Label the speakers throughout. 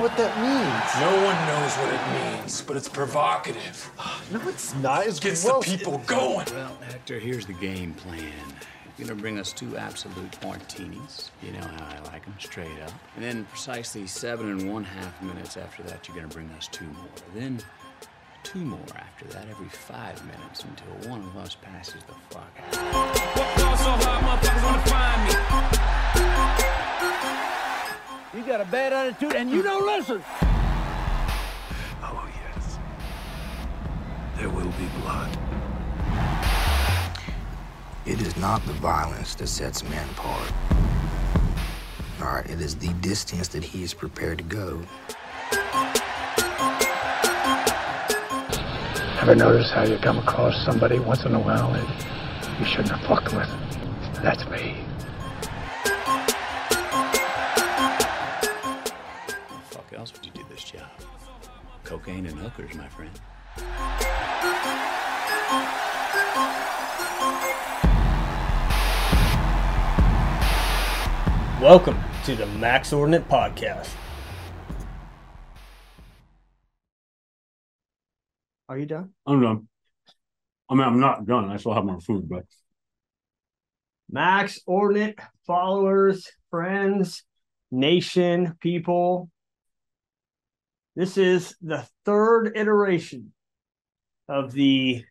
Speaker 1: what that means.
Speaker 2: No one knows what it means, but it's provocative.
Speaker 1: No, it's not. It's
Speaker 2: Gets
Speaker 1: gross.
Speaker 2: the people going.
Speaker 3: Well, Hector, here's the game plan. You're gonna bring us two absolute martinis. You know how I like them, straight up. And then precisely seven and one half minutes after that, you're gonna bring us two more. Then two more after that, every five minutes until one of us passes the fuck out.
Speaker 4: You got a bad attitude and you don't listen.
Speaker 5: Oh, yes. There will be blood.
Speaker 6: It is not the violence that sets man apart. Nor it is the distance that he is prepared to go.
Speaker 7: Ever notice how you come across somebody once in a while that you shouldn't have fucked with? That's me.
Speaker 3: How the fuck else would you do this job? Cocaine and hookers, my friend.
Speaker 8: Welcome to the Max Ordinate Podcast.
Speaker 1: Are you done?
Speaker 9: I'm done. I mean, I'm not done. I still have more food, but
Speaker 8: Max Ordinate followers, friends, nation, people. This is the third iteration of the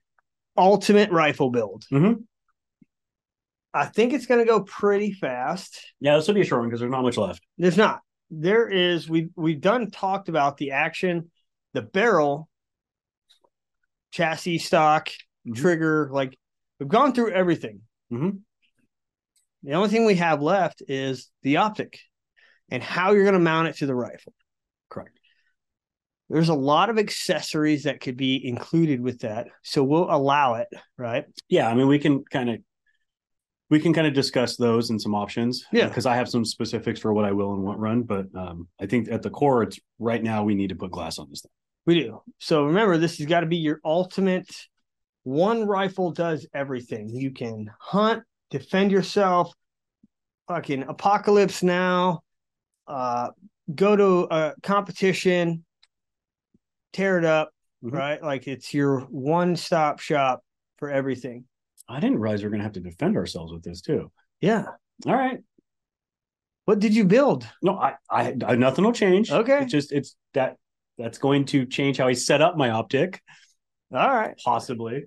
Speaker 8: ultimate rifle build.
Speaker 9: Mhm.
Speaker 8: I think it's going to go pretty fast.
Speaker 9: yeah, this will be a short one because there's not much left.
Speaker 8: There's not. There is. We we've done talked about the action, the barrel, chassis stock,
Speaker 9: Mhm.
Speaker 8: trigger. Like we've gone through everything.
Speaker 9: Mhm.
Speaker 8: The only thing we have left is the optic, and how you're going to mount it to the rifle. Correct. There's a lot of accessories that could be included with that, so we'll allow it. Right.
Speaker 9: Yeah, I mean, we can kind of we can kind of discuss those and some options.
Speaker 8: Yeah.
Speaker 9: because I have some specifics for what I will and won't run, but um, I think at the core, it's right now we need to put glass on this thing.
Speaker 8: We do. So remember, this has got to be your ultimate. One rifle does everything. You can hunt, defend yourself, fucking apocalypse now, uh, go to a competition, tear it up,
Speaker 9: Mhm.
Speaker 8: right? Like it's your one stop shop for everything.
Speaker 9: I didn't realize we are going to have to defend ourselves with this too.
Speaker 8: Yeah.
Speaker 9: All right,
Speaker 8: What did you build?
Speaker 9: no, I, I, I nothing will change.
Speaker 8: Okay.
Speaker 9: it's just it's that that's going to change how I set up my optic,
Speaker 8: All right.
Speaker 9: possibly.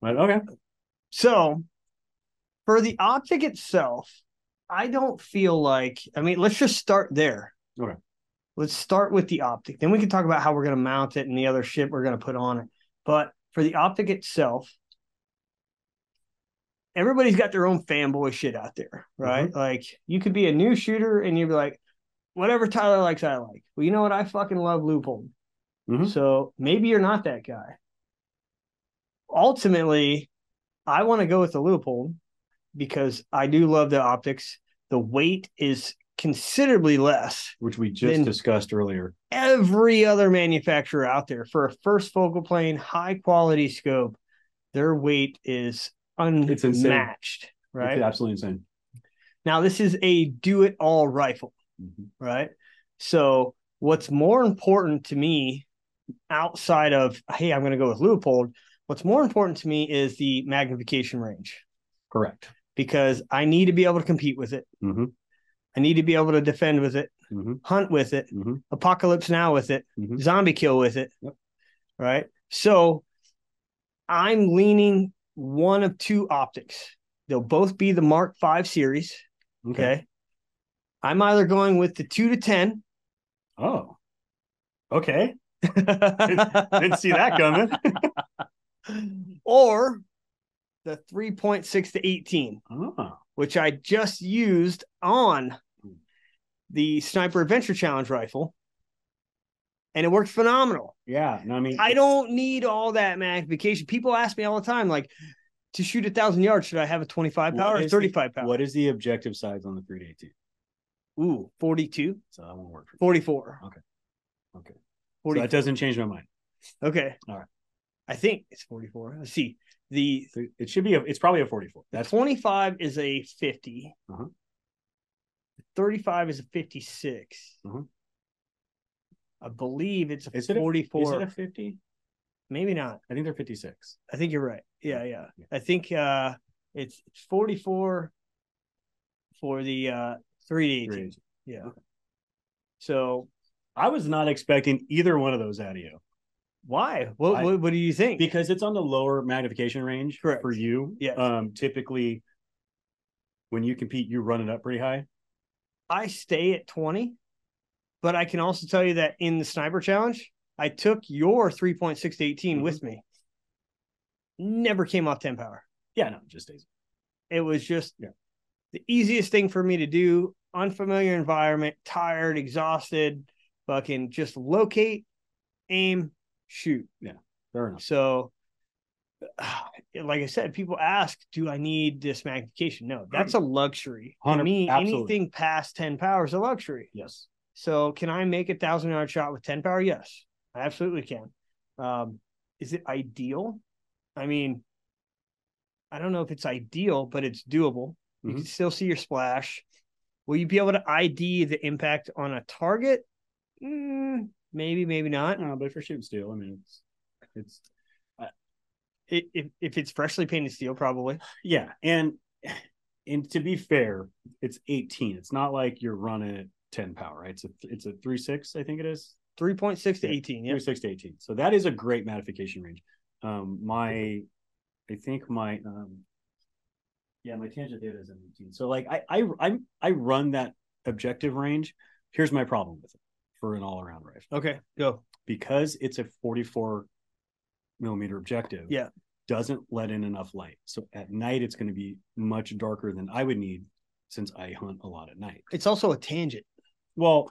Speaker 9: But okay,
Speaker 8: So for the optic itself, I don't feel like I mean, let's just start there.
Speaker 9: Okay.
Speaker 8: Let's start with the optic. Then we can talk about how we're going to mount it and the other shit we're going to put on it. But for the optic itself, everybody's got their own fanboy shit out there, right? Like you could be a new shooter and you'd be like, whatever Tyler likes, I like. Well, you know what? I fucking love loophole.
Speaker 9: Mhm.
Speaker 8: So maybe you're not that guy. Ultimately, I want to go with the loophole because I do love the optics. The weight is considerably less
Speaker 9: which we just
Speaker 8: Then-
Speaker 9: discussed earlier.
Speaker 8: every other manufacturer out there for a first focal plane, high quality scope, their weight is
Speaker 9: insane.
Speaker 8: unmatched. Right
Speaker 9: It's absolutely insane.
Speaker 8: now, this is a do it all rifle,
Speaker 9: Mhm.
Speaker 8: right? So, what's more important to me outside of hey, I'm going to go with Leopold, what's more important to me is the magnification range
Speaker 9: Correct.
Speaker 8: because I need to be able to compete with it.
Speaker 9: hmm
Speaker 8: I need to be able to defend with it,
Speaker 9: hmm
Speaker 8: hunt with it,
Speaker 9: hmm
Speaker 8: apocalypse now with it
Speaker 9: Mhm.
Speaker 8: zombie kill with it
Speaker 9: Yep.
Speaker 8: right so i'm leaning one of two optics they'll both be the mark 5 series okay, i'm either going with the 2 to 10
Speaker 9: Oh. Okay. Didn't see that coming.
Speaker 8: or the 3.6 to 18
Speaker 9: oh.
Speaker 8: which i just used on the sniper adventure challenge rifle and it worked phenomenal
Speaker 9: Yeah. No, I mean,
Speaker 8: I don't need all that magnification. People ask me all the time, like, to shoot a thousand yards, should I have a 25
Speaker 9: What
Speaker 8: power or
Speaker 9: is the-
Speaker 8: 35 power?
Speaker 9: What is the objective size on the 318?
Speaker 8: Ooh, 42,
Speaker 9: So that won't work for me.
Speaker 8: 44.
Speaker 9: Okay. Okay. So
Speaker 8: 40,
Speaker 9: that doesn't change my mind.
Speaker 8: okay.
Speaker 9: All right.
Speaker 8: I think it's 44. Let's see. The,
Speaker 9: So it should be a, it's probably a 44.
Speaker 8: the
Speaker 9: That's
Speaker 8: 25 is a 50.
Speaker 9: Uh-huh.
Speaker 8: The 35 is a 56.
Speaker 9: Mhm.
Speaker 8: I believe it's a
Speaker 9: Uh-huh. Is it a-
Speaker 8: 44.
Speaker 9: Is it a 50?
Speaker 8: Maybe not.
Speaker 9: I think they're 56.
Speaker 8: I think you're right. Yeah, yeah. I think uh it's it's 44 for the uh 3D.
Speaker 9: Three.
Speaker 8: Yeah. So
Speaker 9: I was not expecting either one of those out of you
Speaker 8: why? What
Speaker 9: I-
Speaker 8: what, what do you think?
Speaker 9: because it's on the lower magnification range
Speaker 8: Correct.
Speaker 9: for you.
Speaker 8: Yes.
Speaker 9: Um, typically, when you compete, you run it up pretty high.
Speaker 8: I stay at 20, but I can also tell you that in the sniper challenge, I took your 3.6 to 18
Speaker 9: Mm-hmm.
Speaker 8: with me. Never came off 10 power.
Speaker 9: Yeah, no, it just stays.
Speaker 8: It was just
Speaker 9: Yeah.
Speaker 8: the easiest thing for me to do. Unfamiliar environment, tired, exhausted, fucking just locate, aim, shoot.
Speaker 9: Fair enough.
Speaker 8: So, like I said, people ask, "Do I need this magnification?" No, that's a luxury. To
Speaker 9: Hundred-
Speaker 8: me,
Speaker 9: absolutely.
Speaker 8: anything past ten power is a luxury.
Speaker 9: Yes.
Speaker 8: So, can I make a thousand yard shot with ten power? Yes, I absolutely can. Um, is it ideal? I mean, I don't know if it's ideal, but it's doable. You can still see your splash. Will you be able to ID the impact on a target? Mm, maybe, maybe not.
Speaker 9: No, but for shoot and steal, I mean, it's it's
Speaker 8: I- if if it's freshly painted steel, probably.
Speaker 9: yeah, and and to be fair, it's 18. It's not like you're running at 10 power, right? It's a it's a three six, I think it is.
Speaker 8: 3.6 to
Speaker 9: Yeah,
Speaker 8: 18. Yeah.
Speaker 9: Three six to 18. So that is a great modification range. Um, my I think my um yeah, my tangent data is an 18. So like I I I'm, I run that objective range. Here's my problem with it for an all around rifle.
Speaker 8: Okay. Go.
Speaker 9: because it's a 44 millimeter objective
Speaker 8: Yeah.
Speaker 9: doesn't let in enough light so at night it's going to be much darker than i would need since i hunt a lot at night
Speaker 8: It's also a tangent.
Speaker 9: well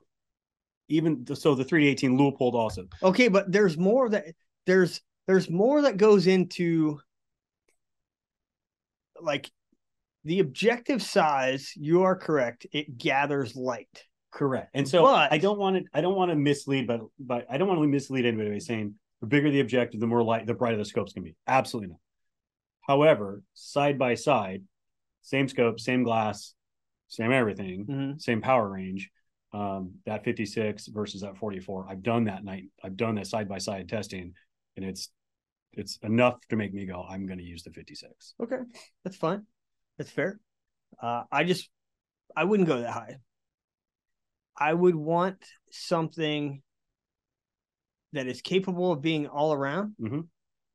Speaker 9: even th- so the 318 leupold also
Speaker 8: Okay, but there's more that there's there's more that goes into like the objective size, you are correct. It gathers light.
Speaker 9: correct and so
Speaker 8: But-
Speaker 9: i don't want to i don't want to mislead but but i don't want to mislead anybody by saying the bigger the objective the more light the brighter the scope's going to be absolutely not however side by side same scope same glass same everything same power range. Um, that 56 versus that 44. I've done that night. I've done that side by side testing, and it's it's enough to make me go. I'm going to use the 56.
Speaker 8: Okay. That's fine. That's fair. Uh I just I wouldn't go that high. I would want something that is capable of being all around.
Speaker 9: Mhm.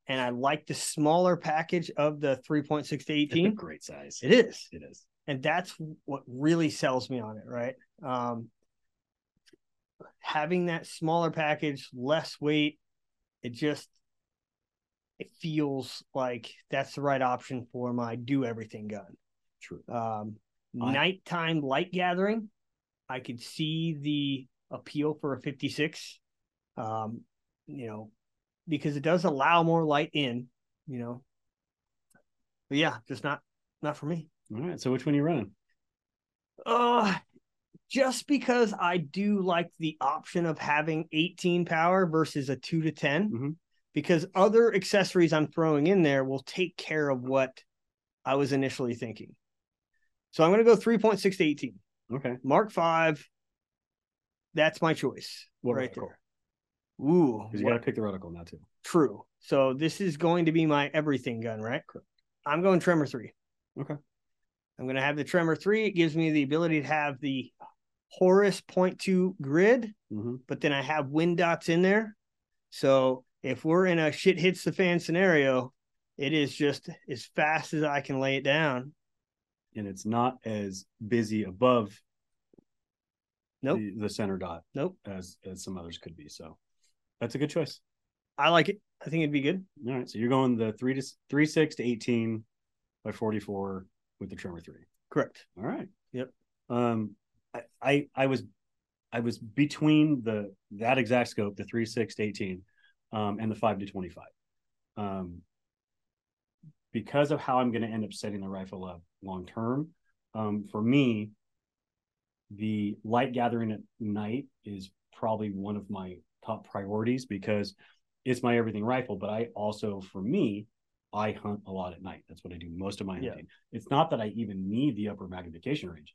Speaker 8: And I like the smaller package of the 3.6 to
Speaker 9: It's a
Speaker 8: 18.
Speaker 9: great size.
Speaker 8: It is.
Speaker 9: It is.
Speaker 8: And that's what really sells me on it, right? Um, having that smaller package, less weight, it just it feels like that's the right option for my do everything gun.
Speaker 9: True.
Speaker 8: Um,
Speaker 9: I-
Speaker 8: nighttime light gathering, I could see the appeal for a 56. Um, you know, because it does allow more light in, you know. But yeah, just not not for me.
Speaker 9: All right. So which one are you running?
Speaker 8: Uh just because I do like the option of having 18 power versus a 2 to 10
Speaker 9: Mhm.
Speaker 8: because other accessories I'm throwing in there will take care of what I was initially thinking. So I'm going to go 3.6 to 18.
Speaker 9: Okay.
Speaker 8: Mark 5 that's my choice
Speaker 9: What
Speaker 8: right
Speaker 9: reticle?
Speaker 8: there. Ooh,
Speaker 9: Because you
Speaker 8: what-
Speaker 9: got to pick the reticle now too.
Speaker 8: True. So this is going to be my everything gun, right? I'm going Tremor 3.
Speaker 9: Okay.
Speaker 8: I'm going to have the Tremor 3. It gives me the ability to have the Horus 0.2 grid,
Speaker 9: Mhm.
Speaker 8: but then I have wind dots in there. So if we're in a shit hits the fan scenario, it is just as fast as I can lay it down.
Speaker 9: And it's not as busy above.
Speaker 8: Nope.
Speaker 9: The, the center dot.
Speaker 8: Nope.
Speaker 9: As as some others could be. So that's a good choice.
Speaker 8: I like it. I think it'd be good.
Speaker 9: All right. So you're going the three to three six to 18 by 44 with the trimmer three.
Speaker 8: Correct.
Speaker 9: All right.
Speaker 8: Yep.
Speaker 9: Um, I, I I was I was between the that exact scope, the three six to eighteen, um, and the five to twenty five, um, because of how I'm going to end up setting the rifle up long term. Um, for me, the light gathering at night is probably one of my top priorities because it's my everything rifle. But I also, for me, I hunt a lot at night. That's what I do most of my
Speaker 8: Yeah.
Speaker 9: hunting it's not that I even need the upper magnification range.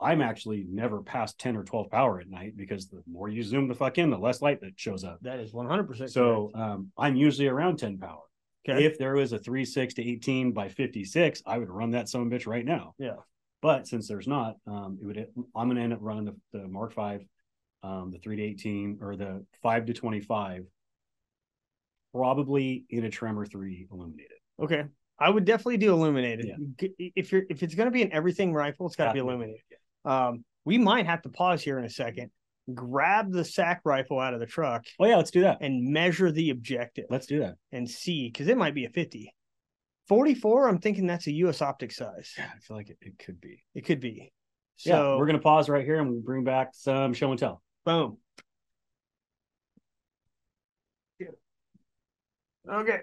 Speaker 9: I'm actually never past 10 or 12 power at night because the more you zoom the fuck in, the less light that shows up.
Speaker 8: That is 100%.
Speaker 9: So um, I'm usually around 10 power.
Speaker 8: Okay.
Speaker 9: If there was a 36 to 18 by 56, I would run that son of a bitch right now.
Speaker 8: Yeah.
Speaker 9: But since there's not, um, it would I'm gonna end up running the, the Mark Five, um, the three to 18 or the five to 25, probably in a Tremor three illuminated.
Speaker 8: okay. I would definitely do illuminated.
Speaker 9: Yeah.
Speaker 8: G- If you're if it's going to be an everything rifle, it's got to be illuminated.
Speaker 9: Yeah.
Speaker 8: Um, we might have to pause here in a second. Grab the sack rifle out of the truck
Speaker 9: Oh yeah, let's do that.
Speaker 8: and measure the objective
Speaker 9: Let's do that.
Speaker 8: and see because it might be a 50. 44, I'm thinking that's a US optic size.
Speaker 9: Yeah, I feel like it, it could be.
Speaker 8: It could be. So
Speaker 9: yeah, we're gonna pause right here and we'll bring back some show and tell.
Speaker 8: boom. Okay.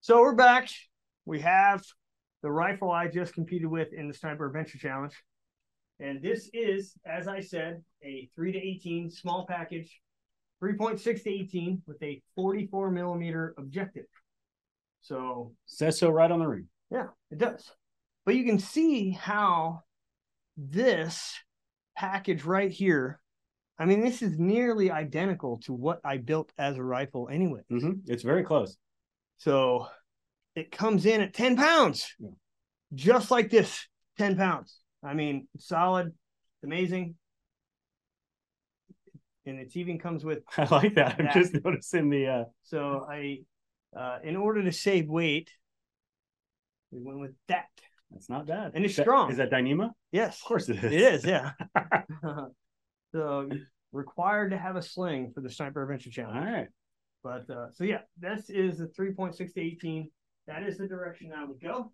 Speaker 8: So we're back. We have the rifle I just competed with in the Sniper Adventure Challenge. And this is, as I said, a 3 to 18 small package, 3.6 to 18 with a 44 millimeter objective. So
Speaker 9: Says so right on the ring.
Speaker 8: yeah, it does. But you can see how this package right here. I mean, this is nearly identical to what I built as a rifle anyway.
Speaker 9: hmm It's very close.
Speaker 8: So it comes in at 10 pounds,
Speaker 9: Yeah.
Speaker 8: just like this 10 pounds. I mean, it's solid, it's amazing. And it even comes with
Speaker 9: I like that. I'm
Speaker 8: Yeah.
Speaker 9: just noticing the uh
Speaker 8: so I, uh, in order to save weight, we went with that.
Speaker 9: that's not bad.
Speaker 8: And it's
Speaker 9: Is that-
Speaker 8: strong.
Speaker 9: Is that Dyneema?
Speaker 8: Yes,
Speaker 9: Of course it is.
Speaker 8: It is, yeah. so required to have a sling for the sniper adventure
Speaker 9: All
Speaker 8: challenge.
Speaker 9: right.
Speaker 8: But uh, so yeah, this is the 3.6 to 18. That is the direction I would go.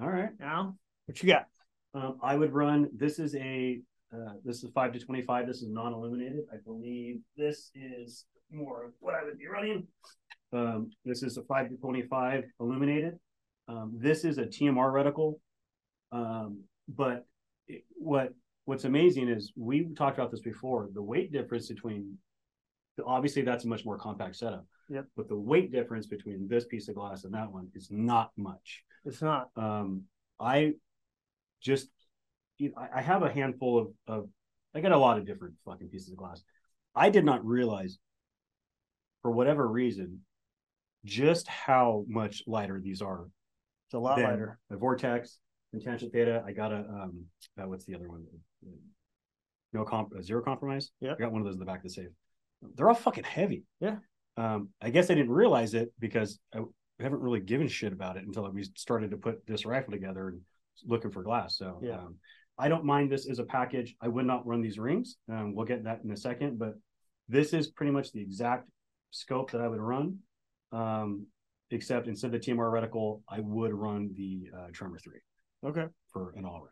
Speaker 9: All right.
Speaker 8: Now, what you got?
Speaker 9: Um, I would run. This is a. Uh, this is five to twenty-five. This is non-illuminated. I believe this is more of what I would be running. Um, this is a five to twenty-five illuminated. Um, this is a TMR reticle. Um, but it, what what's amazing is we talked about this before. The weight difference between obviously that's a much more compact setup.
Speaker 8: Yep.
Speaker 9: But the weight difference between this piece of glass and that one is not much
Speaker 8: It's not.
Speaker 9: um, I just you know, I- I have a handful of, of I got a lot of different fucking pieces of glass. I did not realize for whatever reason just how much lighter these are.
Speaker 8: It's a lot
Speaker 9: than
Speaker 8: lighter.
Speaker 9: A vortex, intention theta. I got a um uh, what's the other one? No comp uh, zero compromise.
Speaker 8: Yep.
Speaker 9: I got one of those in the back of the safe. They're all fucking heavy.
Speaker 8: Yeah.
Speaker 9: Um, I guess I didn't realize it because I I haven't really given shit about it until we started to put this rifle together and looking for glass. So
Speaker 8: Yeah.
Speaker 9: um, I don't mind this as a package. I would not run these rings. Um, we'll get that in a second, but this is pretty much the exact scope that I would run. Um, except instead of the TMR reticle, I would run the uh, Tremor three
Speaker 8: Okay.
Speaker 9: for an all round.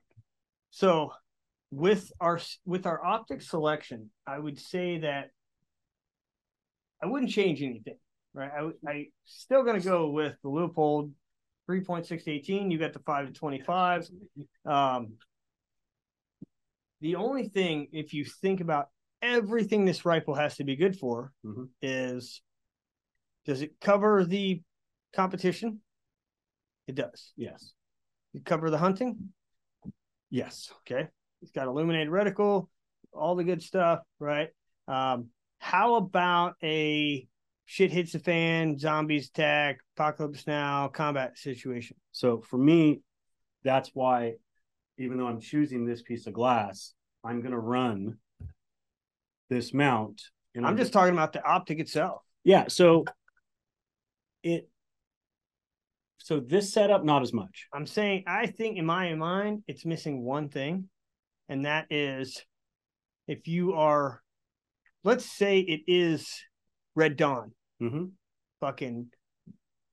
Speaker 8: So with our s- with our optic selection, I would say that I wouldn't change anything, right? I would- I still gonna go with the Leopold 3.6 to 18. You got the five to 25. Um, the only thing, if you think about everything this rifle has to be good for,
Speaker 9: Mhm.
Speaker 8: is does it cover the competition? It does.
Speaker 9: Yes.
Speaker 8: It cover the hunting.
Speaker 9: Yes.
Speaker 8: Okay. It's got illuminated reticle, all the good stuff, right? Um, how about a shit hits the fan, zombies attack, apocalypse now, combat situation?
Speaker 9: So for me, that's why, even though I'm choosing this piece of glass, I'm going to run this mount. And
Speaker 8: I'm just talking about the optic itself.
Speaker 9: yeah. So it, so this setup, not as much.
Speaker 8: I'm saying I think in my mind it's missing one thing, and that is if you are, let's say it is Red Dawn,
Speaker 9: Mm-hmm.
Speaker 8: fucking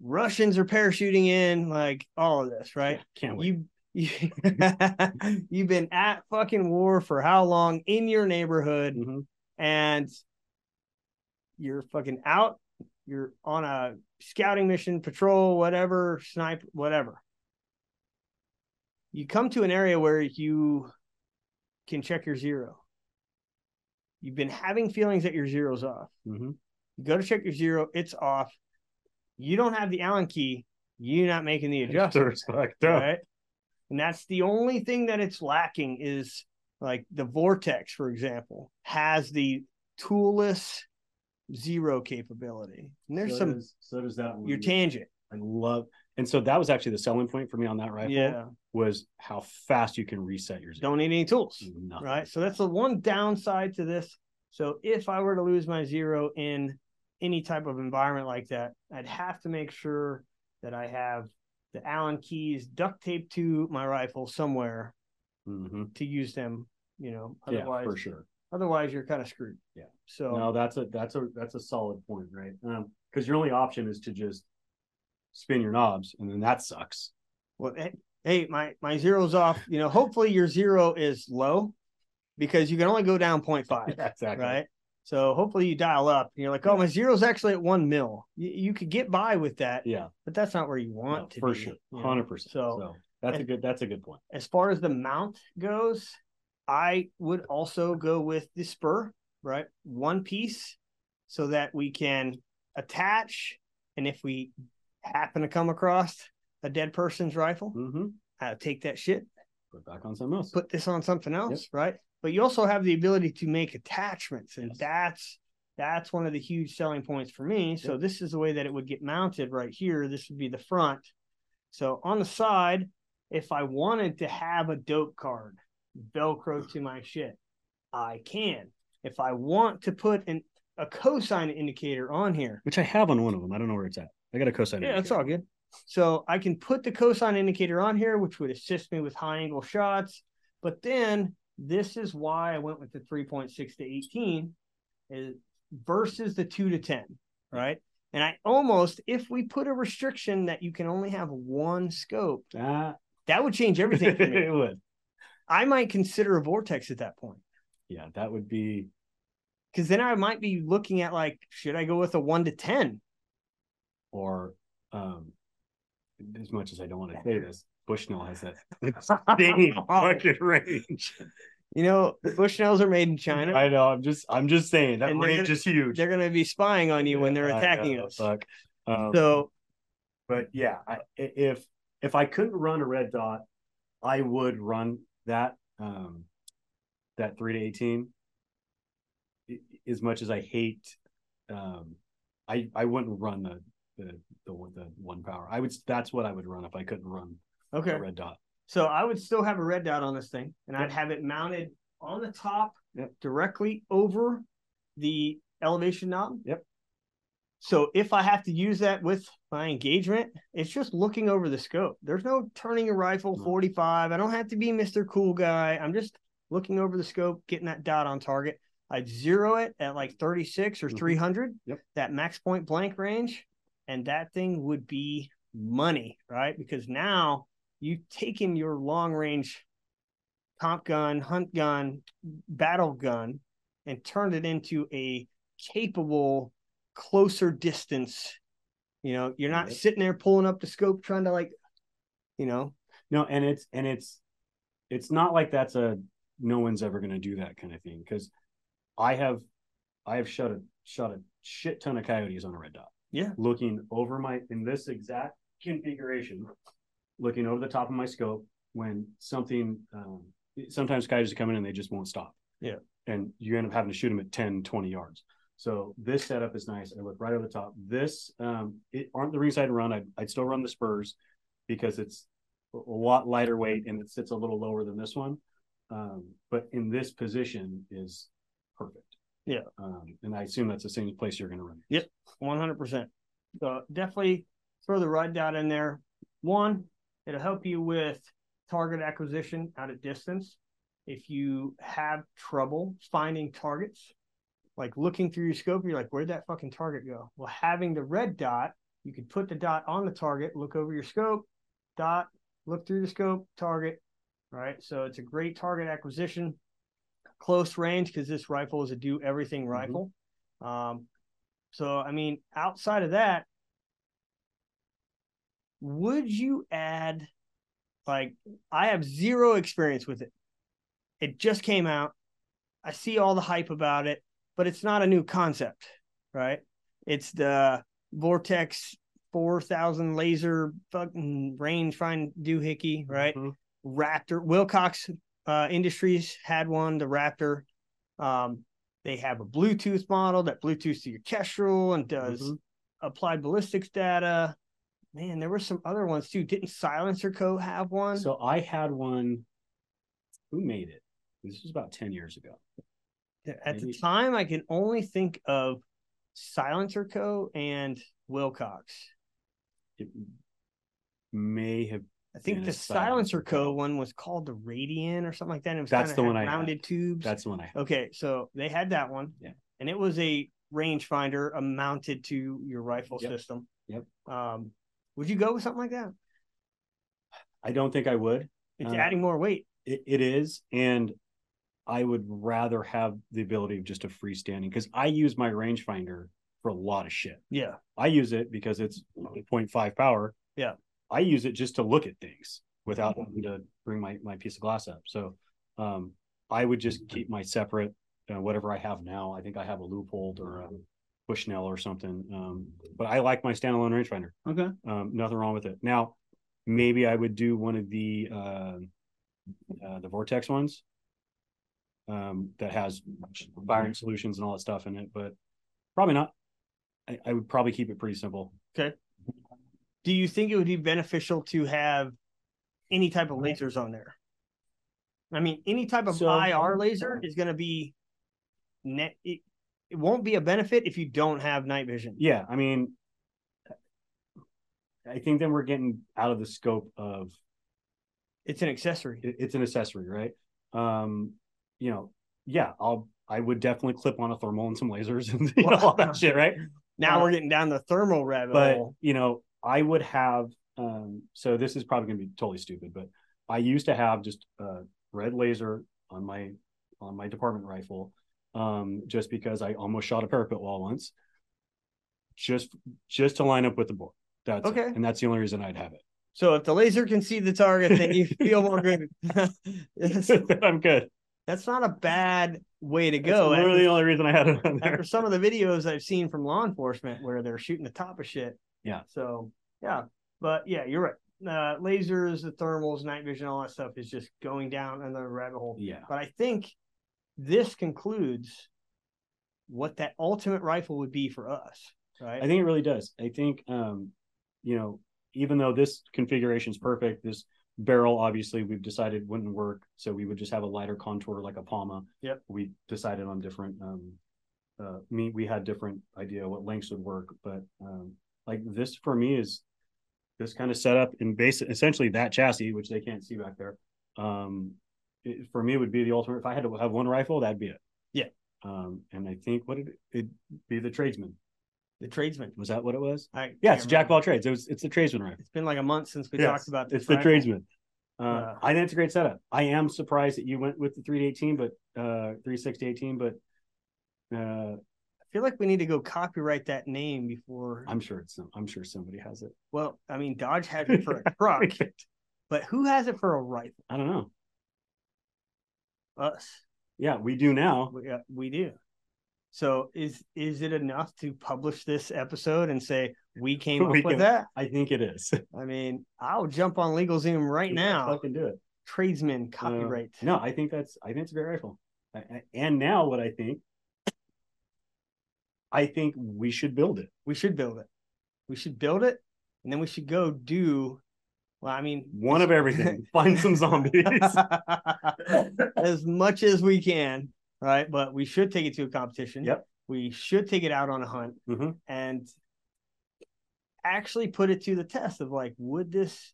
Speaker 8: Russians are parachuting in, like all of this, right?
Speaker 9: Can't wait.
Speaker 8: You, you you've been at fucking war for how long in your neighborhood,
Speaker 9: Mhm.
Speaker 8: and you're fucking out. You're on a scouting mission, patrol, whatever, snipe, whatever. You come to an area where you can check your zero. You've been having feelings that your zero's off.
Speaker 9: Mhm.
Speaker 8: You go to check your zero, it's off. You don't have the Allen key. You're not making the adjustment.
Speaker 9: Sure as fuck does.
Speaker 8: Right. and that's the only thing that it's lacking is like the vortex for example has the toolless zero capability and there's
Speaker 9: so
Speaker 8: some
Speaker 9: does, so does that one.
Speaker 8: your tangent
Speaker 9: I love and so that was actually the selling point for me on that rifle
Speaker 8: yeah
Speaker 9: was how fast you can reset your zero.
Speaker 8: don't need any tools
Speaker 9: Nothing.
Speaker 8: right? So that's the one downside to this. So if I were to lose my zero in any type of environment like that, I'd have to make sure that I have the Allen keys duct taped to my rifle somewhere
Speaker 9: hmm
Speaker 8: to use them. You know,
Speaker 9: Yeah,
Speaker 8: otherwise,
Speaker 9: for sure.
Speaker 8: otherwise you're kind of screwed.
Speaker 9: Yeah.
Speaker 8: So
Speaker 9: No, that's a that's a that's a solid point, right? Um, because your only option is to just spin your knobs, and then that sucks.
Speaker 8: well, hey, hey, my my zero's off. You know, hopefully your zero is low because you can only go down 0.5.
Speaker 9: exactly.
Speaker 8: right? So hopefully you dial up and you're like, oh, my zero's actually at one mil. You, you could get by with that,
Speaker 9: Yeah.
Speaker 8: but that's not where you want
Speaker 9: No,
Speaker 8: to
Speaker 9: for
Speaker 8: be,
Speaker 9: sure.
Speaker 8: you know?
Speaker 9: Hundred percent.
Speaker 8: So-
Speaker 9: So that's a
Speaker 8: and-
Speaker 9: good that's a good point.
Speaker 8: As far as the mount goes, I would also go with the spur, right? One piece so that we can attach. And if we happen to come across a dead person's rifle,
Speaker 9: Mm-hmm.
Speaker 8: I'll take that shit,
Speaker 9: Put back on something else.
Speaker 8: put this on something else, right? But you also have the ability to make attachments, and
Speaker 9: Yes.
Speaker 8: that's that's one of the huge selling points for me. So
Speaker 9: Yep.
Speaker 8: this is the way that it would get mounted right here. This would be the front. So on the side, if I wanted to have a dope card velcro to my shit, I can. If I want to put an a cosine indicator on here,
Speaker 9: Which I have on one of them. I don't know where it's at. I got a cosine.
Speaker 8: yeah, that's all good. So I can put the cosine indicator on here, which would assist me with high angle shots. But then this is why I went with the 3.6 to 18 is versus the 2 to 10, right? And I almost, if we put a restriction that you can only have one scope,
Speaker 9: Ah,
Speaker 8: that would change everything for me.
Speaker 9: it would.
Speaker 8: I might consider a vortex at that point.
Speaker 9: Yeah, that would be
Speaker 8: Cause then I might be looking at like, should I go with a one to 10?
Speaker 9: or um as much as I don't want to say this, Bushnell has that stinking
Speaker 8: Oh. you
Speaker 9: fucking range.
Speaker 8: know, the Bushnells are made in China.
Speaker 9: I know. I'm just I'm just saying that
Speaker 8: And they're
Speaker 9: range
Speaker 8: gonna-
Speaker 9: is huge.
Speaker 8: they're going to be spying on you when they're
Speaker 9: I
Speaker 8: attacking
Speaker 9: know,
Speaker 8: us.
Speaker 9: fuck. Um,
Speaker 8: So
Speaker 9: but yeah, I, i- if if I couldn't run a red dot, I would run that um that three to eighteen. I- As much as I hate, um, I I wouldn't run the the the, one- the one power. I would that's what I would run if I couldn't run
Speaker 8: okay,
Speaker 9: a red dot.
Speaker 8: so I would still have a red dot on this thing, and I'd
Speaker 9: Yep.
Speaker 8: have it mounted on the top,
Speaker 9: Yep.
Speaker 8: directly over the elevation knob.
Speaker 9: Yep.
Speaker 8: So if I have to use that with my engagement, it's just looking over the scope. There's no turning a rifle
Speaker 9: No.
Speaker 8: 45. I don't have to be Mr. Cool Guy. I'm just looking over the scope, getting that dot on target. I'd zero it at like 36 or
Speaker 9: Mhm.
Speaker 8: 300,
Speaker 9: Yep.
Speaker 8: that max point blank range, and that thing would be money, right? Because now you've taken your long range comp gun, hunt gun, battle gun, and turned it into a capable closer distance. You know, you're not
Speaker 9: Yep.
Speaker 8: sitting there pulling up the scope trying to like, you know,
Speaker 9: No, and it's and it's it's not like that's a no one's ever going to do that kind of thing because I have I have shot a shot a shit ton of coyotes on a red dot.
Speaker 8: Yeah.
Speaker 9: looking over my in this exact configuration, looking over the top of my scope when something um, sometimes coyotes come in and they just won't stop.
Speaker 8: Yeah.
Speaker 9: and you end up having to shoot them at 10, 20 yards. So this setup is nice. I look right over the top. This um, it aren't the rings I'd run. I'd, I'd still run the spurs because it's a lot lighter weight and it sits a little lower than this one. Um, but in this position is perfect.
Speaker 8: Yeah.
Speaker 9: Um, and I assume that's the same place you're going to run.
Speaker 8: Yep. 100%. So definitely throw the red dot in there. One, it'll help you with target acquisition out at distance. If you have trouble finding targets, like looking through your scope, you're like, where'd that fucking target go? Well, having the red dot, you could put the dot on the target, look over your scope, dot, look through the scope, target. Right. So it's a great target acquisition, close range, because this rifle is a do everything rifle. Um, so, I mean, outside of that, would you add like I have zero experience with it. It just came out. I see all the hype about it, but it's not a new concept, right? It's the Vortex 4000 laser fucking range find doohickey, right?
Speaker 9: Mhm.
Speaker 8: Raptor Wilcox uh, Industries had one, the Raptor. Um, they have a Bluetooth model that Bluetooth to your Kestrel and does
Speaker 9: Mhm.
Speaker 8: applied ballistics data. Man, there were some other ones too. Didn't Silencer Co have one?
Speaker 9: So I had one. Who made it? This was about ten years ago.
Speaker 8: At the
Speaker 9: maybe-
Speaker 8: time, I can only think of Silencer Co and Wilcox.
Speaker 9: It may have.
Speaker 8: I think
Speaker 9: Yeah,
Speaker 8: the
Speaker 9: Silencer
Speaker 8: Silencer Co
Speaker 9: Co.
Speaker 8: one was called the Radian or something like that. It was
Speaker 9: That's
Speaker 8: kinda
Speaker 9: the one
Speaker 8: had
Speaker 9: I had.
Speaker 8: rounded tubes.
Speaker 9: That's the one I had.
Speaker 8: Okay, so they had that one.
Speaker 9: Yeah.
Speaker 8: And it was a rangefinder uh, mounted to your rifle
Speaker 9: Yep.
Speaker 8: system.
Speaker 9: Yep.
Speaker 8: Um, would you go with something like that?
Speaker 9: I don't think I would.
Speaker 8: It's
Speaker 9: Uh,
Speaker 8: adding more weight.
Speaker 9: It, it is, and I would rather have the ability of just a freestanding because I use my rangefinder for a lot of shit.
Speaker 8: Yeah.
Speaker 9: I use it because it's 0.5 power.
Speaker 8: Yeah.
Speaker 9: I use it just to look at things without having to bring my, my piece of glass up. So um, I would just keep my separate, uh, whatever I have now. I think I have a loophole or a bushnell or something. Um, but I like my standalone rangefinder.
Speaker 1: Okay.
Speaker 9: Um, nothing wrong with it. Now, maybe I would do one of the uh, uh, the vortex ones um, that has firing solutions and all that stuff in it, but probably not. I, I would probably keep it pretty simple.
Speaker 8: Do you think it would be beneficial to have any type of lasers on there? I mean, any type of
Speaker 9: So-
Speaker 8: IR laser is going to be net. It, it won't be a benefit if you don't have night vision.
Speaker 9: Yeah, I mean, I think then we're getting out of the scope of
Speaker 8: It's an accessory.
Speaker 9: it- it's an accessory, right? Um, you know, yeah, I'll I would definitely clip on a thermal and some lasers and you know, all that shit, right?
Speaker 8: Now
Speaker 9: Uh,
Speaker 8: we're getting down the thermal rabbit
Speaker 9: but
Speaker 8: hole.
Speaker 9: you know i would have um so this is probably going to be totally stupid but i used to have just a red laser on my on my department rifle um just because i almost shot a parapet wall once just just to line up with the board that's it.
Speaker 8: Okay.
Speaker 9: and that's the only reason i'd have it
Speaker 8: So if the laser can see the target, then you feel more good. That's-
Speaker 9: Then i'm good
Speaker 8: That's not a bad way to
Speaker 9: that's
Speaker 8: go.
Speaker 9: literally the
Speaker 8: after,
Speaker 9: only reason i had it on there
Speaker 8: after some of the videos I've seen from law enforcement where they're shooting the top of shit.
Speaker 9: Yeah.
Speaker 8: So yeah, but yeah, you're right. Uh, lasers, the thermals, night vision, all that stuff is just going down another rabbit hole.
Speaker 9: yeah
Speaker 8: But I think this concludes what that ultimate rifle would be for us, right?
Speaker 9: I think it really does. I think um, you know, even though this configuration is perfect, this barrel obviously we've decided wouldn't work, so we would just have a lighter contour like a Palma.
Speaker 8: Yep.
Speaker 9: We decided on different um uh me we had different idea what lengths would work, but um like this for me is this kind of setup in base essentially that chassis, which they can't see back there. Um it, for me would be the ultimate if I had to have one rifle, that'd be it.
Speaker 8: Yeah.
Speaker 9: Um and I think what it it'd be the tradesman.
Speaker 8: the tradesman.
Speaker 9: Was that what it was?
Speaker 8: I
Speaker 9: Yeah,
Speaker 8: can't
Speaker 9: it's Jack of
Speaker 8: remember.
Speaker 9: all trades. It was it's the tradesman rifle.
Speaker 8: It's been like a month since we
Speaker 9: Yes,
Speaker 8: talked about this.
Speaker 9: It's the
Speaker 8: rifle.
Speaker 9: tradesman. Uh,
Speaker 8: Yeah.
Speaker 9: I think it's a great setup. I am surprised that you went with the three to eighteen, but uh three six to eighteen, but uh
Speaker 8: I feel like we need to go copyright that name before.
Speaker 9: I'm sure it's some I'm sure somebody has it.
Speaker 8: Well, I mean, Dodge has it for a truck, but who has it for a rifle?
Speaker 9: I don't know.
Speaker 8: Us.
Speaker 9: Yeah, we do now.
Speaker 8: We, uh, we do. So is is it enough to publish this episode and say we came up
Speaker 9: We
Speaker 8: with
Speaker 9: can-
Speaker 8: that?
Speaker 9: I think it is.
Speaker 8: I mean, I'll jump on LegalZoom right now.
Speaker 9: I can do it.
Speaker 8: Tradesman
Speaker 9: Uh,
Speaker 8: copyright.
Speaker 9: no, I think that's I think it's a great rifle. I, I, and now what I think I think we should build it.
Speaker 8: We should build it. We should build it, and then we should go do. Well, I mean,
Speaker 9: One of everything. Find some zombies.
Speaker 8: as much as we can, right? But we should take it to a competition.
Speaker 9: Yep.
Speaker 8: We should take it out on a hunt
Speaker 9: Mhm.
Speaker 8: and actually put it to the test of like, would this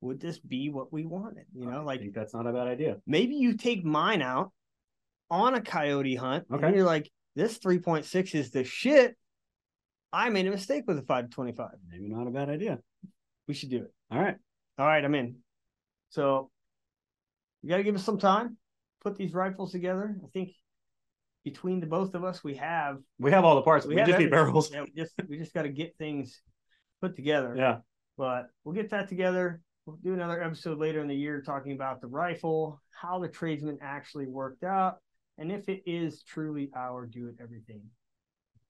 Speaker 8: would this be what we wanted? You know,
Speaker 9: I
Speaker 8: like
Speaker 9: think that's not a bad idea.
Speaker 8: maybe you take mine out on a coyote hunt, and
Speaker 9: Okay.
Speaker 8: you're like, this 3.6 is the shit. I made a mistake with the 525.
Speaker 9: Maybe not a bad idea.
Speaker 8: We should do it.
Speaker 9: All right.
Speaker 8: All right, I'm in. So you got to give us some time. Put these rifles together. I think between the both of us, we have
Speaker 9: We have all the parts. We,
Speaker 8: have
Speaker 9: just need
Speaker 8: everything.
Speaker 9: barrels.
Speaker 8: Yeah, we just we just got to get things put together.
Speaker 9: Yeah.
Speaker 8: But we'll get that together. We'll do another episode later in the year talking about the rifle, how the tradesman actually worked out, and if it is truly our do it everything.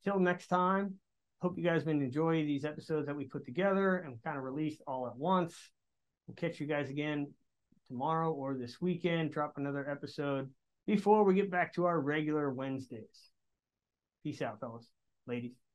Speaker 8: Till next time, hope you guys been enjoy these episodes that we put together and kind of released all at once. We'll catch you guys again tomorrow or this weekend, drop another episode before we get back to our regular Wednesdays. Peace out, fellas, ladies.